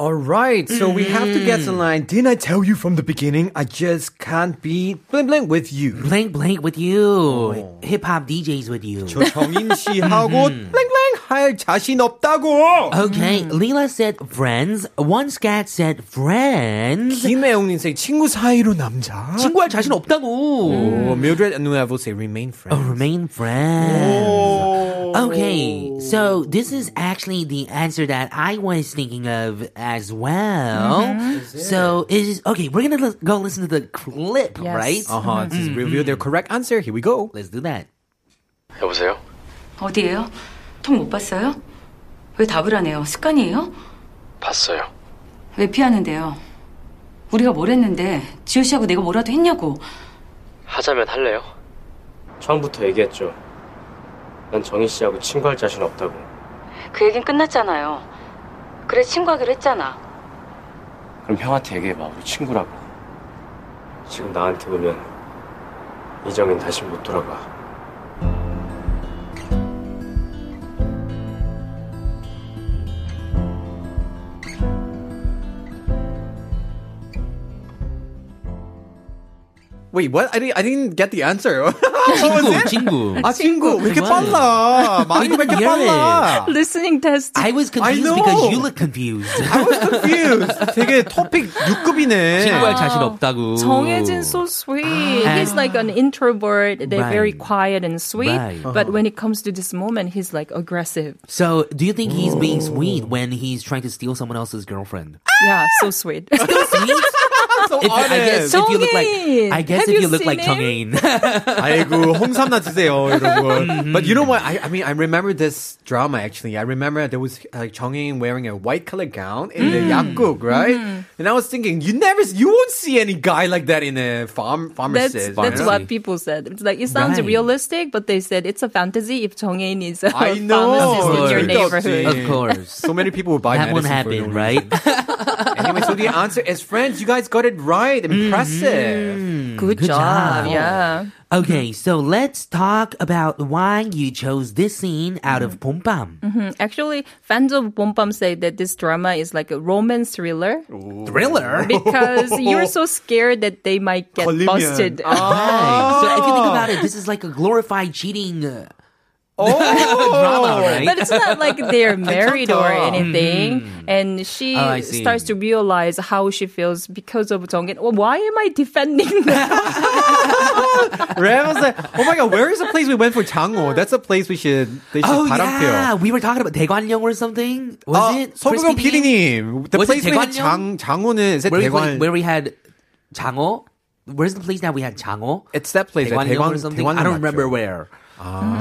All right, so we have to get in line. Didn't I tell you from the beginning? I just can't be bling bling with you. Blank blank with you. Hip hop DJs with you. 정인 씨하고 bling bling 할 자신 없다고. Okay, Leela said friends. One scat said friends. 김혜영님 say 친구 사이로 남자. 친구할 자신 없다고. Oh, Mildred and Nuevo say remain friends. Oh, Remain friends. Okay, so this is actually the answer that I was thinking of as well. So it is okay. We're gonna l- go listen to the clip, Yes. right? Mm-hmm. Uh huh. Just Mm, review their correct answer. Here we go. Let's do that. 여보세요? 어디예요? 통 못 봤어요? 왜 답을 안 해요? 습관이에요? 봤어요. 왜 피하는데요? 우리가 뭘 했는데 지호 씨하고 내가 뭐라도 했냐고. 하자면 할래요? 처음부터 얘기했죠. 난 정희 씨하고 친구할 자신 없다고. 그 얘긴 끝났잖아요. 그래 친구하기로 했잖아. 그럼 형한테 얘기해봐. 우리 친구라고. 지금 나한테 오면 이정인 다시 못 돌아가. Wait, what? I didn't. I didn't get the answer. 친구, 친구. 아 친구 왜 이렇게 빨라? 말이 왜 이렇게 미안해. 빨라? Listening test. I was confused know. because you look confused. I was confused. 되게 토픽 6급이네. 친구할 자신 없다고. 정해진 so sweet. He's like an introvert. They're Ah. Right. very quiet and sweet. Right. Uh-huh. But when it comes to this moment, he's like aggressive. So, do you think he's being sweet when he's trying to steal someone else's girlfriend? Yeah, so sweet. sweet? So If, I guess if you look like Jongin! I guess Have if you you look seen like Chongin. 아이고 홍삼나 드세요 여러분. But you know what? I, I mean, I remember this drama actually. I remember there was like Chongin wearing a white color gown in the Mm. yakguk, right? Mm-hmm. And I was thinking, you never, you won't see any guy like that in a farm that's pharmacist. that's you know? what people said. It's like it sounds Right. realistic, but they said it's a fantasy if Chongin is a I know. Of pharmacist in your course. neighborhood. of course. So many people would buy That won't medicine for happen, no right? reason. Anyway, so the answer is friends. You guys got it right. Mm-hmm. Impressive. Good, job. job. Yeah. Okay, so let's talk about why you chose this scene out of Pompam. Actually, fans of Bombam say that this drama is like a romance thriller Thriller? because you're so scared that they might get 걸리면. busted. Right. So if you think about it, this is like a glorified cheating uh, drama, right? But it's not like they're married or anything. And she Oh, I see. starts to realize how she feels because of Dongen. Well, why am I defending that? Ram was like, oh my god, where is the place we went for Chango? That's a place we should, they should Oh yeah, 바람피워. we were talking about Daegwanyeong or something. Was Uh, it 서구경 Christy Lee? PD님, the Was it place we had 대관령? Chang, Chango는, is it Where we, 대관? where we had 장어. Where's the place that we had 장어? It's that place, right? 대관령 or 대관- something. 대관령 I don't remember 맞죠? where.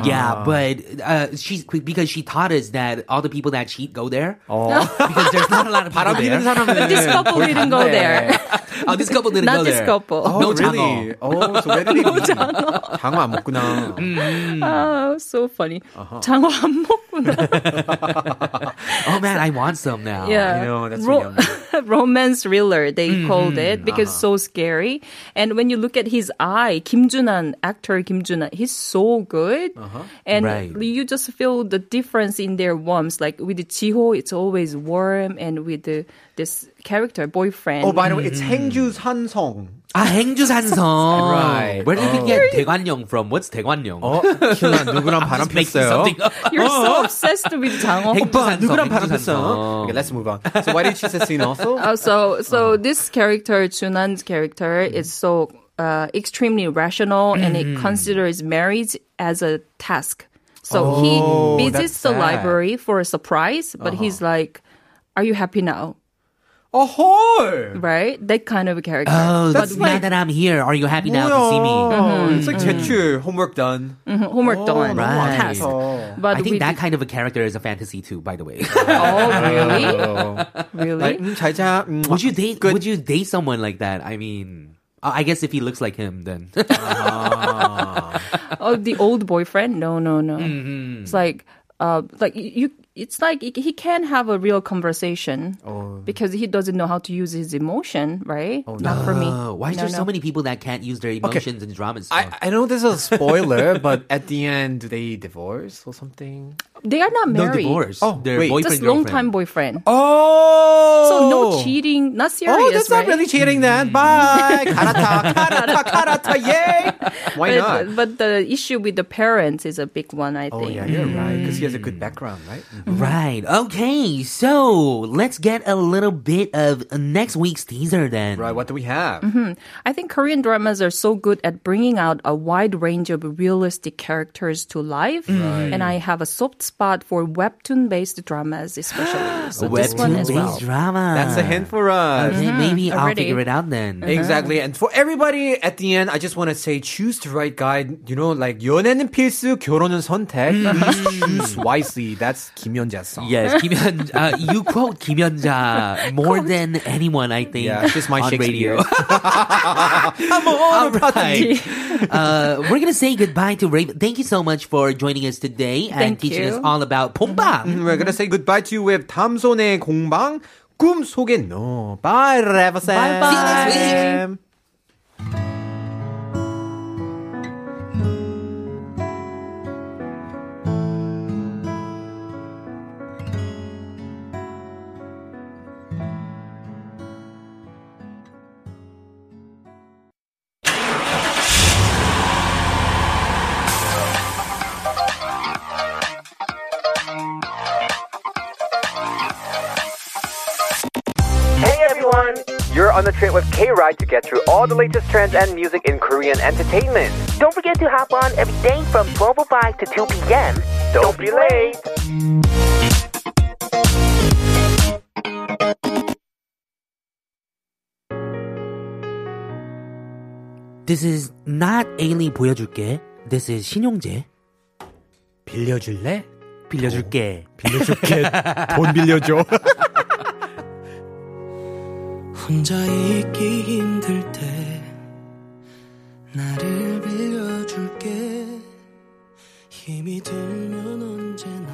Yeah, but uh, she's because she taught us that all the people that cheat go there because there's not a lot of people 바람피는 there. 사람은 this couple didn't go there. Oh, this couple didn't go Not there. this couple. Oh, no really? 장어. Oh, so where did no 장어. 장어 안 먹구나. 음. Oh, so funny. Uh-huh. 장어 안 먹구나. Oh man, I want some now. Yeah. I Oh, know, that's Ro- really Mm-hmm. Uh-huh. romance thriller, they called it because it's so scary. And when you look at his eye, Kim Junan, actor Kim Junan, he's so good. Uh-huh. And Right. you just feel the difference in their warmth. Like with Jiho, it's always warm. And with the, this character, boyfriend, Oh, by the way, 음. it's 행주 산성. 아 행주산성. Right. Where did you Oh. get 대관령 from? What's 대관령? 어, 키나 누구랑 바람 Just making something up. you're so obsessed with 장어. 오빠, 행주산성, 아, 누구랑 바람 행주산성. 폈어? Okay, let's move on. So why did she say scene also? Uh, so Uh-huh. so this character Junan's character Mm-hmm. is so uh, extremely rational and it considers marriage as a task. So Oh, he visits that's the sad. library for a surprise, but he's Uh-huh. like, "Are you happy now?" Oh, 헐! Right? That kind of a character. Oh, That's now like- that I'm here, are you happy now to see Oh, me? 뭐야. 음, It's like 제출, homework done. Mhm, Homework done. 너무 oh, right. Oh. Task. 많다. But I we think that did- kind of a character is a fantasy too, by the way. Oh, really? really? Like, 음, 잘 자. 음, would you date would you date someone like that? I mean uh, I guess if he looks like him then. Oh, the old boyfriend? No, no, no. Mm-hmm. It's like, uh, like you. It's like he he can't have a real conversation because he doesn't know how to use his emotion, right? Not for me. Oh, why is No, there so no. many people that can't use their emotions in dramas? I, I know this is a spoiler, but at the end, do they divorce or something? They are not no married. divorce. Oh, their wait. boyfriend Just long girlfriend. time boyfriend. Oh! So no not serious. Oh, that's not right? really cheating Hmm. then. Bye. Karata, karata, karata, yay. Why but, not? but the issue with the parents is a big one, I think. Oh, yeah, Mm. you're right. Because he has a good background, right? Mm-hmm. Right. Okay. So let's get a little bit of next week's teaser then. Right, what do we have? Mm-hmm. I think Korean dramas are so good at bringing out a wide range of realistic characters to life. And I have a soft spot for webtoon based dramas, especially. So this one as Webtoon-based well. drama. That's a hint for us. Okay, maybe I'll Mm-hmm. Already. figure it out then. Exactly. And for everybody at the end, I just want to say choose the right guy. You know, like 연애는 필수, 결혼은 선택. Mm. Please choose wisely. That's 김연자's song. Yes, Kim Hyun, uh, you quote Kim Hyun-ja more than anyone, I think. Yeah, just my on Shakespeare. radio. Alright. uh, we're gonna say goodbye to Raven. Thank you so much for joining us today and Thank teaching us you. all about Pomba. We're gonna say goodbye to you with 탐손의 공방 꿈 속에 넣어. Bye, Revasam. Bye-bye. See you next week. Hey everyone! You're on the train with K Ride to get through all the latest trends and music in Korean entertainment. Don't forget to hop on every day from 12.05 to 2 p.m. Don't, be late! This is not Ailey 보여줄게. This is 신용재. 빌려줄래? 빌려줄게. 돈 빌려줘. 혼자 있기 힘들 때 나를 빌려줄게 힘이 들면 언제나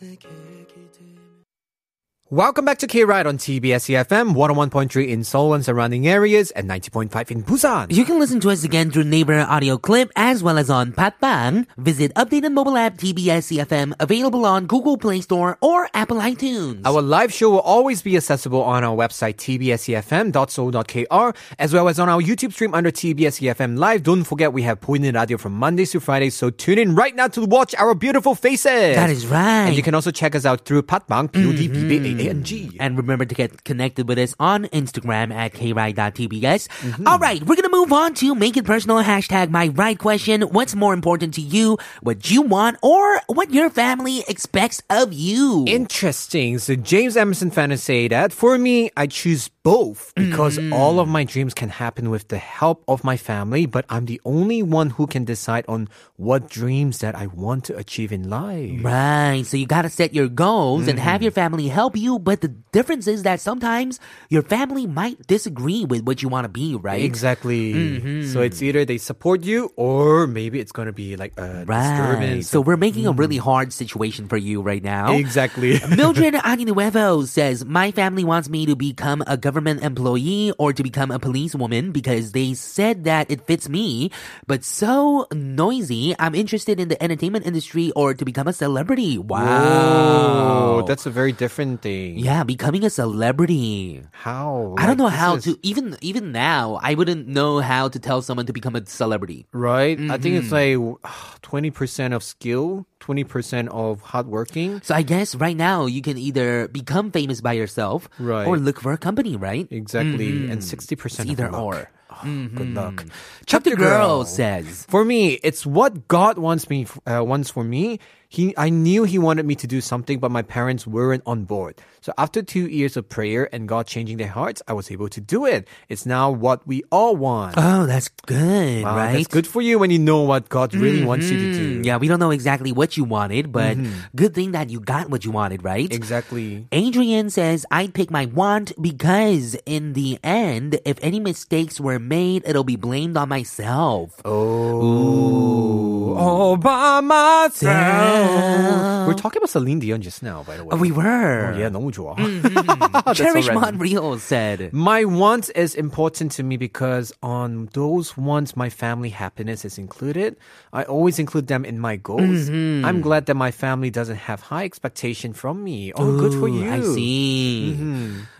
내게 기대 Welcome back to K Ride on TBS EFM 101.3 in Seoul and surrounding areas and 90.5 in Busan. You can listen to us again through neighbor audio clip as well as on Patbang. Visit updated mobile app TBS EFM available on Google Play Store or Apple iTunes. Our live show will always be accessible on our website e tbsefm.so.kr as well as on our YouTube stream under tbsefm E live. Don't forget we have Pointed Radio from Mondays to Fridays, so tune in right now to watch our beautiful faces. that is And right. you can also check us out through Patbang, P-O-D-B-A-A-N-G. And remember to get connected with us on Instagram at kride.tbs. Mm-hmm. All right, we're going to move on to make it personal hashtag my right question. What's more important to you? What you want or what your family expects of you? Interesting. So James Emerson fan is say that for me, I choose both because Mm. all of my dreams can happen with the help of my family, but I'm the only one who can decide on what dreams that I want to achieve in life. Right, so you gotta set your goals and have your family help you, but the difference is that sometimes your family might disagree with what you wanna be, right? Mm-hmm. Exactly. So it's either they support you or maybe it's going to be like a Right. disturbance. So we're making a really hard situation for you right now. exactly. Mildred Aguinuevo says, My family wants me to become a government employee or to become a policewoman because they said that it fits me, but so noisy. I'm interested in the entertainment industry or to become a celebrity. Wow. Oh, that's a very different thing. yeah, becoming a celebrity. How? I Like, don't know this how is- to even even now, I wouldn't know how to tell someone to become a celebrity. Right? I think it's like Mm-hmm. 20% of skill, 20% of hard working. So I guess right now you can either become famous by yourself Right. or look for a company, right? Exactly. And 60% Mm. It's either of luck. or. Mm-hmm. Oh, Good luck. Chuck the girl Girl. says. For me, it's what God wants me uh, wants for me. He, I knew He wanted me to do something, but my parents weren't on board. So after two years of prayer and God changing their hearts, I was able to do it. It's now what we all want. Oh, that's good, Wow, right? That's good for you when you know what God really wants you to do. Mm, yeah, we don't know exactly what you wanted, but Mm-hmm. good thing that you got what you wanted, right? Exactly. Adrian says, I'd pick my want because in the end, if any mistakes were made, it'll be blamed on myself. Oh, all by myself. We're talking about Celine Dion just now, by the way. Oh, we Mm. were. Oh, yeah, 너무 좋아. Cherish so random. Monreal said. My want is important to me because on those wants, my family happiness is included. I always include them in my goals. Mm-hmm. I'm glad that my family doesn't have high expectation from me. Oh, good for Ooh, you. I see.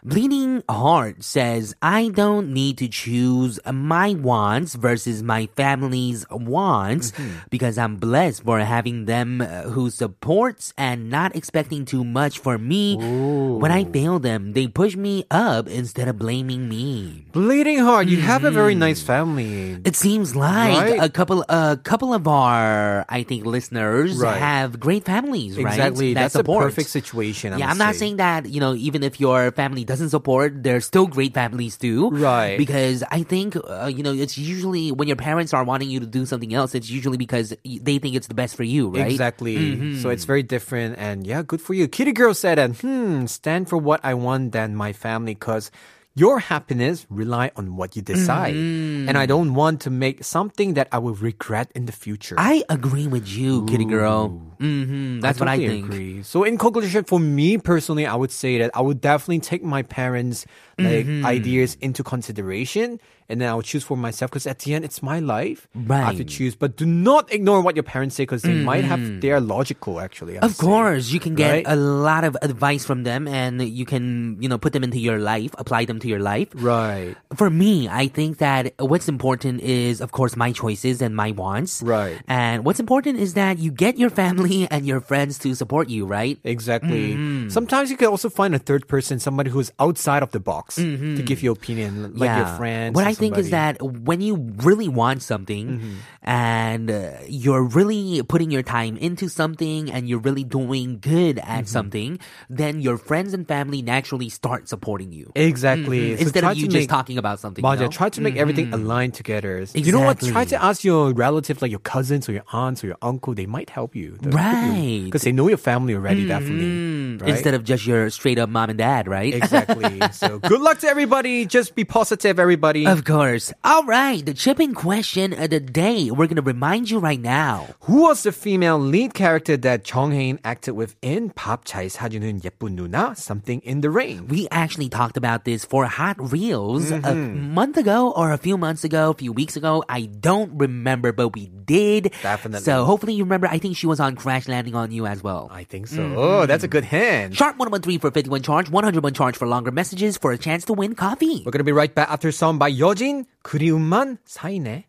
Bleeding Heart says, I don't need to choose my wants versus my family's wants Mm-hmm. because I'm blessed for having them uh, who supports and not expecting too much for me. When I fail them, they push me up instead of blaming me. Bleeding Heart, you have a very nice Mm-hmm. family. It seems like Right? a couple, a couple of our, I think, listeners Right. have great families, right? Exactly. That That's support. a perfect situation. I Yeah, must I'm not say. saying that, you know, even if your family doesn't support, there's still great families too. Right. Because I think, uh, you know, it's usually when your parents are wanting you to do something else, it's usually because y- they think it's the best for you, right? Mm-hmm. Exactly. So it's very different. And yeah, good for you. Kitty Girl said, and hmm, stand for what I want than my family because your happiness rely on what you decide. Mm-hmm. And I don't want to make something that I will regret in the future. Mm, I agree with you, kitty girl. hmm That's what I totally think. Agree. So in conclusion, for me personally, I would say that I would definitely take my parents' like Mm-hmm. ideas into consideration, and then I would choose for myself because at the end, it's my life. I have to Right. Mm-hmm. choose, but do not ignore what your parents say because they might have they are logical actually. I would Of say. course, you can get Right? a lot of advice from them and you can, you know, put them into your life, apply them to your life. Right. For me, I think that what's important is, of course, my choices and my wants. Right. And what's important is that you get your family and your friends to support you, right? Exactly. Mm-hmm. Sometimes you can also find a third person, somebody who's outside of the box, to give you opinion, like your friends. Mm-hmm. What or I think is somebody. Mm-hmm. that when you really want something and uh, you're really putting your time into something and you're really doing good Mm-hmm. at something, then your friends and family naturally start supporting you. exactly So Mm-hmm. Instead try of you to just make- talking about something. 맞아. you know? Mm-hmm. Try to make everything aligned together. You know what? Try Exactly. to ask your relatives, like your cousins or your aunts or your uncle. They might help you. Right. Mm-hmm. Because they know your family already, definitely. Right? Instead of just your straight up mom and dad, right? exactly. So good luck to everybody. Just be positive, everybody. Of course. All right, the chipping question of the day. We're going to remind you right now. Who was the female lead character that Chong Hae-in acted with in 밥 잘 사주는 예쁜 누나, Something in the Rain? We actually talked about this for Hot Reels a Mm-hmm. month ago or a few months ago, a few weeks ago. I don't remember, but we did. Definitely. So hopefully you remember. I think she was on Crash Landing on You as well. I think so. Oh, that's a good hint. Sharp 113 for 51 charge, 101 charge for longer messages for a chance to win coffee. We're going to be right back after a song by Yojin. 그리움만 사이네.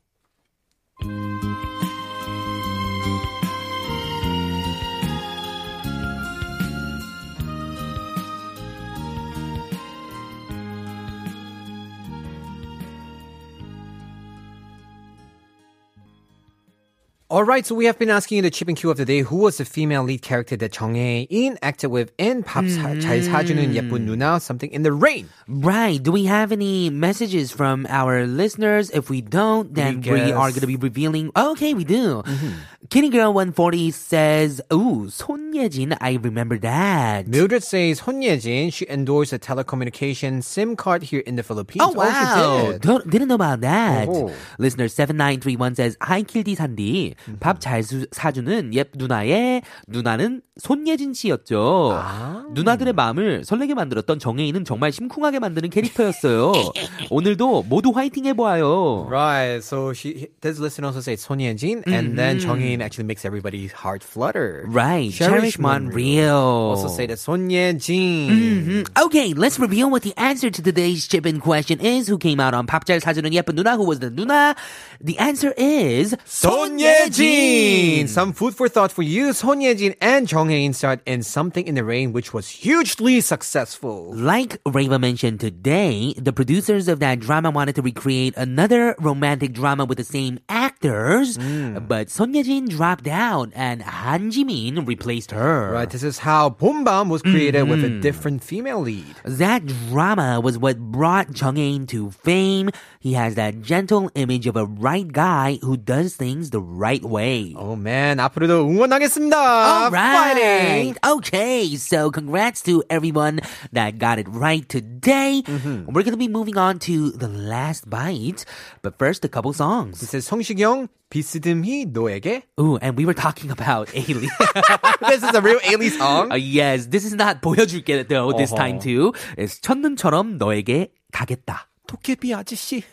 All right, so we have been asking in the chip and cue of the day who was the female lead character that Chong Hae-in acted with in 밥 사- 잘 사주는 예쁜 누나, something in the rain. Right. Do we have any messages from our listeners? If we don't, then we, We guess. Mm-hmm. are going to be revealing. Okay, we do. Kitty Girl 140 says, Ooh, 손예진, I remember that. Mildred says Hun Yejin, she endorsed a telecommunication SIM card here in the Philippines. Oh, wow. she did. Don't- didn't know about that. Oh. Listener 7931 says, Hi, 킬디 산디. Mm-hmm. 밥 잘 사주는 예 누나의 누나는 손예진 씨였죠. 아. 누나들의 마음을 설레게 만들었던 정혜인은 정말 심쿵하게 만드는 캐릭터였어요. 오늘도 모두 화이팅 해보아요. Right, so she this listener also says Hun Yejin, and then Chong Hae-in actually makes everybody's heart flutter. Mm-hmm. Right. Cherish Monreal. Also say that Sun Yejin. Mm-hmm. Okay, let's reveal what the answer to today's chip-in question is. Who came out on 밥잘 사주는 예쁜 누나? Who was the 누나? The answer is Son Yejin! Some food for thought for you. Son Yejin and Chong Hae-in starred in Something in the Rain, which was hugely successful. Like Reva mentioned today, the producers of that drama wanted to recreate another romantic drama with the same actors, Hmm. but Son Yejin dropped out and Han Jimin replaced her. Right, this is how Bombam was created with Mm-hmm. a different female lead. That drama was what brought Chung Ain to fame. He has that gentle image of a right guy who does things the right way. Oh man, 앞으로도 응원하겠습니다. All right. Fighting. Okay, so congrats to everyone that got it right today. Mm-hmm. We're going to be moving on to the last bite, but first a couple songs. This is 성시경, 비스듬히 너에게. Ooh, and we were talking about Ailey. this is a real Ailey song. Uh, yes, this is not 보여줄게 though this Uh-huh. time too. It's 첫눈처럼 너에게 가겠다. 도깨비 아저씨.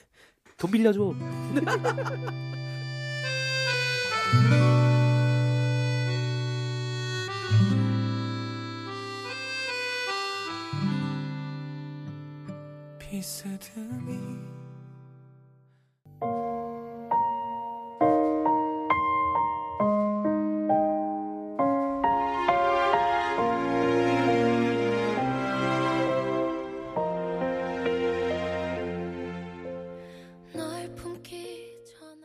돈 빌려줘. 비 스듬히 널 품기 전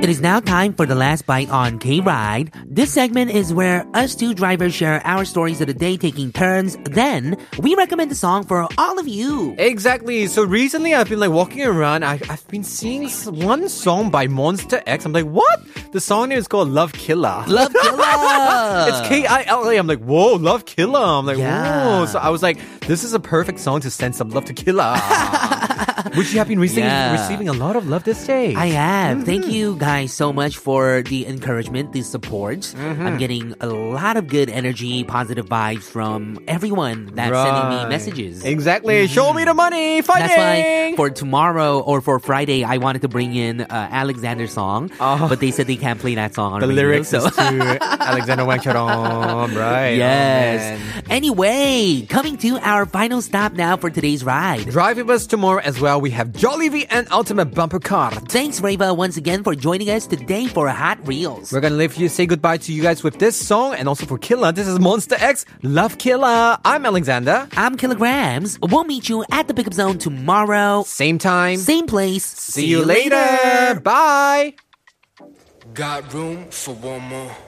It is now time for the last bite on K Ride. This segment is where us two drivers share our stories of the day, taking turns. Then we recommend a song for all of you. Exactly. So recently, I've been like walking around. I, I've been seeing s- one song by Monster X. I'm like, what? The song name is called Love Killer. Love Killer. it's K I L A. I'm like, whoa, Love Killer. I'm like, Yeah. whoa. So I was like, this is a perfect song to send some love to Killer. Which you have been receiving, Yeah. receiving a lot of love this day. I have. Mm-hmm. Thank you guys so much for the encouragement, the support. Mm-hmm. I'm getting a lot of good energy, positive vibes from everyone that's sending me Right. messages. Exactly. Show me the money. Fighting. Mm-hmm. That's why for tomorrow or for Friday, I wanted to bring in uh, Alexander's song, but they said they can't play that song on Oh. the radio, lyrics so- is to Alexander Wang Chorong. Right. Yes. Oh, man. anyway, coming to our final stop now for today's ride. Driving with us tomorrow as well, we have Jollibee and Ultimate Bumper Car. Thanks, Reva, once again for joining us today for Hot Reels. We're gonna leave you, say goodbye to you guys with this song and also for Killa. This is Monster X, Love Killa. I'm Alexander. I'm Kilograms. We'll meet you at the pickup zone tomorrow. Same time. Same place. See you later. Bye. Got room for one more